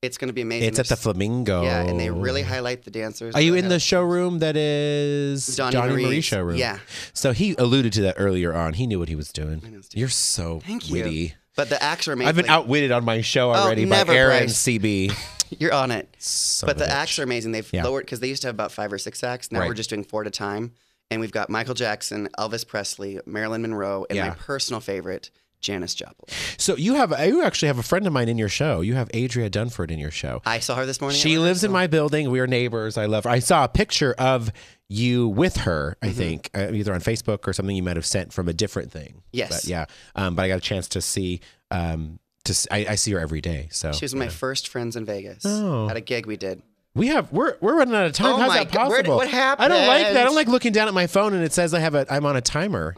Speaker 2: It's going to be amazing.
Speaker 1: It's at the
Speaker 2: There's-
Speaker 1: Flamingo.
Speaker 2: yeah, and they really highlight the dancers.
Speaker 1: Are you
Speaker 2: They
Speaker 1: in
Speaker 2: have-
Speaker 1: the showroom that is
Speaker 2: Donnie
Speaker 1: Johnny Marie,
Speaker 2: Marie's.
Speaker 1: showroom?
Speaker 2: Yeah.
Speaker 1: So he alluded to that earlier on. He knew what he was doing.
Speaker 2: know, Steve.
Speaker 1: You're so
Speaker 2: Thank you.
Speaker 1: witty.
Speaker 2: But the acts are amazing.
Speaker 1: I've been
Speaker 2: Like,
Speaker 1: outwitted on my show already by
Speaker 2: never,
Speaker 1: Aaron
Speaker 2: Bryce.
Speaker 1: CB.
Speaker 2: You're on it.
Speaker 1: Son
Speaker 2: But
Speaker 1: of a
Speaker 2: the
Speaker 1: bitch.
Speaker 2: acts are amazing. They've
Speaker 1: Yeah.
Speaker 2: lowered because they used to have about five or six acts. Now
Speaker 1: Right.
Speaker 2: we're just doing four at a time. And we've got Michael Jackson, Elvis Presley, Marilyn Monroe, and
Speaker 1: Yeah.
Speaker 2: my personal favorite, Janis Joplin.
Speaker 1: So you have you actually have a friend of mine in your show. You have Adria Dunford in your show.
Speaker 2: I saw her this morning.
Speaker 1: She
Speaker 2: at work.
Speaker 1: lives in my building. We are neighbors. I love her. I saw a picture of you with her,
Speaker 2: Mm-hmm.
Speaker 1: I think, uh, either on Facebook or something you might have sent from a different thing.
Speaker 2: Yes.
Speaker 1: But yeah. Um, but I got a chance to see um to s- I, I see her every day. So
Speaker 2: She was one of my first friends in Vegas
Speaker 1: Oh.
Speaker 2: at a gig we did.
Speaker 1: we have we're we're running out of time.
Speaker 2: Oh
Speaker 1: How's
Speaker 2: my
Speaker 1: that
Speaker 2: God.
Speaker 1: possible?
Speaker 2: Where did- what
Speaker 1: I don't like that. I don't
Speaker 2: happened?
Speaker 1: like looking down at my phone and it says I have a I'm on a timer.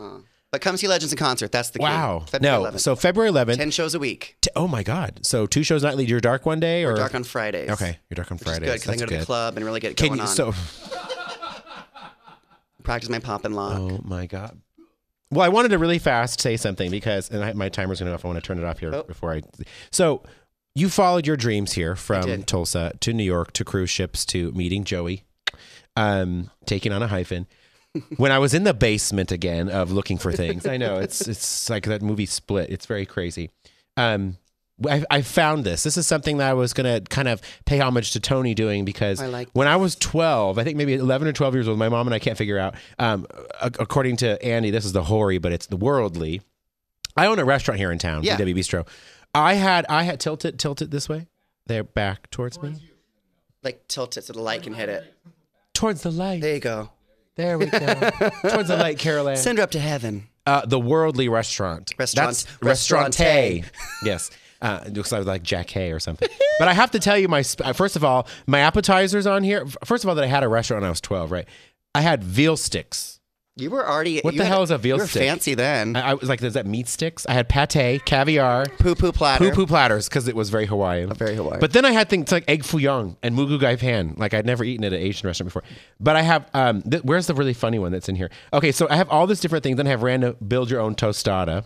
Speaker 2: But come see Legends in Concert. That's the key.
Speaker 1: Wow.
Speaker 2: February
Speaker 1: No.
Speaker 2: 11th.
Speaker 1: So February 11th.
Speaker 2: 10 shows a week.
Speaker 1: T- oh my God! So two shows nightly. You're dark one day, or
Speaker 2: Dark on Fridays.
Speaker 1: okay, you're dark on
Speaker 2: Which is
Speaker 1: Friday.
Speaker 2: good because I can go to the club and really get it going
Speaker 1: Can you
Speaker 2: on.
Speaker 1: so?
Speaker 2: Practice my pop and lock.
Speaker 1: Oh my God! Well, I wanted to really fast say something because, and I, my timer's going to go off. I want to turn it off here
Speaker 2: Oh.
Speaker 1: before I. So, you followed your dreams here from
Speaker 2: did.
Speaker 1: Tulsa to New York to cruise ships to meeting Joey, um, taking on a hyphen. when I was in the basement again of looking for things, I know it's it's like that movie Split. It's very crazy. Um, I, I found this. This is something that I was gonna kind of pay homage to Tony doing because
Speaker 2: I like
Speaker 1: when I was 12, I think maybe 11 or 12 years old, my mom and I can't figure out. Um, a- according to Andy, this is the hoary, but it's the worldly. I own a restaurant here in town,
Speaker 2: Yeah.
Speaker 1: DW Bistro. I had I had tilt it tilt it this way. They're back towards me,
Speaker 2: Like tilt it so the light can hit it.
Speaker 1: towards the light.
Speaker 2: There you go.
Speaker 1: There we go. Towards the light, Caroline.
Speaker 2: Send her up to heaven.
Speaker 1: Uh, the worldly restaurant.
Speaker 2: Restaurant-
Speaker 1: That's restaurante. yes. Uh, it looks like, like Jack Hay or something. but I have to tell you, my sp- uh, first of all, my appetizers on here. f- First of all, that I had a restaurant when I was 12, right? I had veal sticks.
Speaker 2: You were already.
Speaker 1: What
Speaker 2: you
Speaker 1: the
Speaker 2: had-
Speaker 1: hell is a veal
Speaker 2: you were
Speaker 1: stick? Uh,
Speaker 2: Fancy then.
Speaker 1: I, I was like, is that meat sticks? I had pate, caviar,
Speaker 2: Poo poo platter.
Speaker 1: poo poo platters because it was very Hawaiian.
Speaker 2: very Hawaiian.
Speaker 1: But then I had things like egg foo young and mugu gai pan. Like I'd never eaten at an Asian restaurant before. But I have um. Th- where's the really funny one that's in here? Okay, so I have all these different things. Then I have random build your own tostada.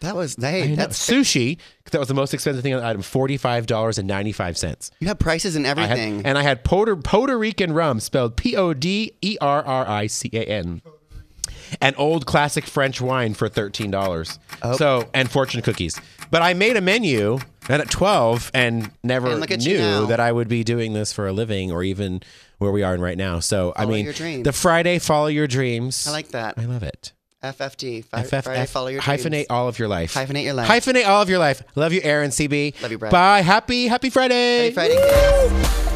Speaker 2: That was. Hey,
Speaker 1: No,
Speaker 2: that's.
Speaker 1: sushi. 'cause That was the most expensive thing on the item. Forty five dollars and ninety five cents.
Speaker 2: You have prices and
Speaker 1: I had,
Speaker 2: everything.
Speaker 1: and I had Puerto, Puerto Rican rum spelled P O D E R R I C A N. An old classic French wine for thirteen dollars.
Speaker 2: Oh.
Speaker 1: So and fortune cookies. But I made a menu and at twelve and never
Speaker 2: And look at you now.
Speaker 1: knew that I would be doing this for a living or even where we are right now. So I
Speaker 2: Follow
Speaker 1: mean
Speaker 2: your dreams.
Speaker 1: the Friday follow your dreams.
Speaker 2: I like that.
Speaker 1: I love it.
Speaker 2: FFD. Fi-
Speaker 1: FF,
Speaker 2: Friday, follow your dreams.
Speaker 1: hyphenate all of your life.
Speaker 2: Hyphenate your life.
Speaker 1: Hyphenate all of your life. Love you, Aaron CB.
Speaker 2: Love you, Brad.
Speaker 1: Bye. Happy Happy Friday.
Speaker 2: Happy Friday.
Speaker 1: Woo!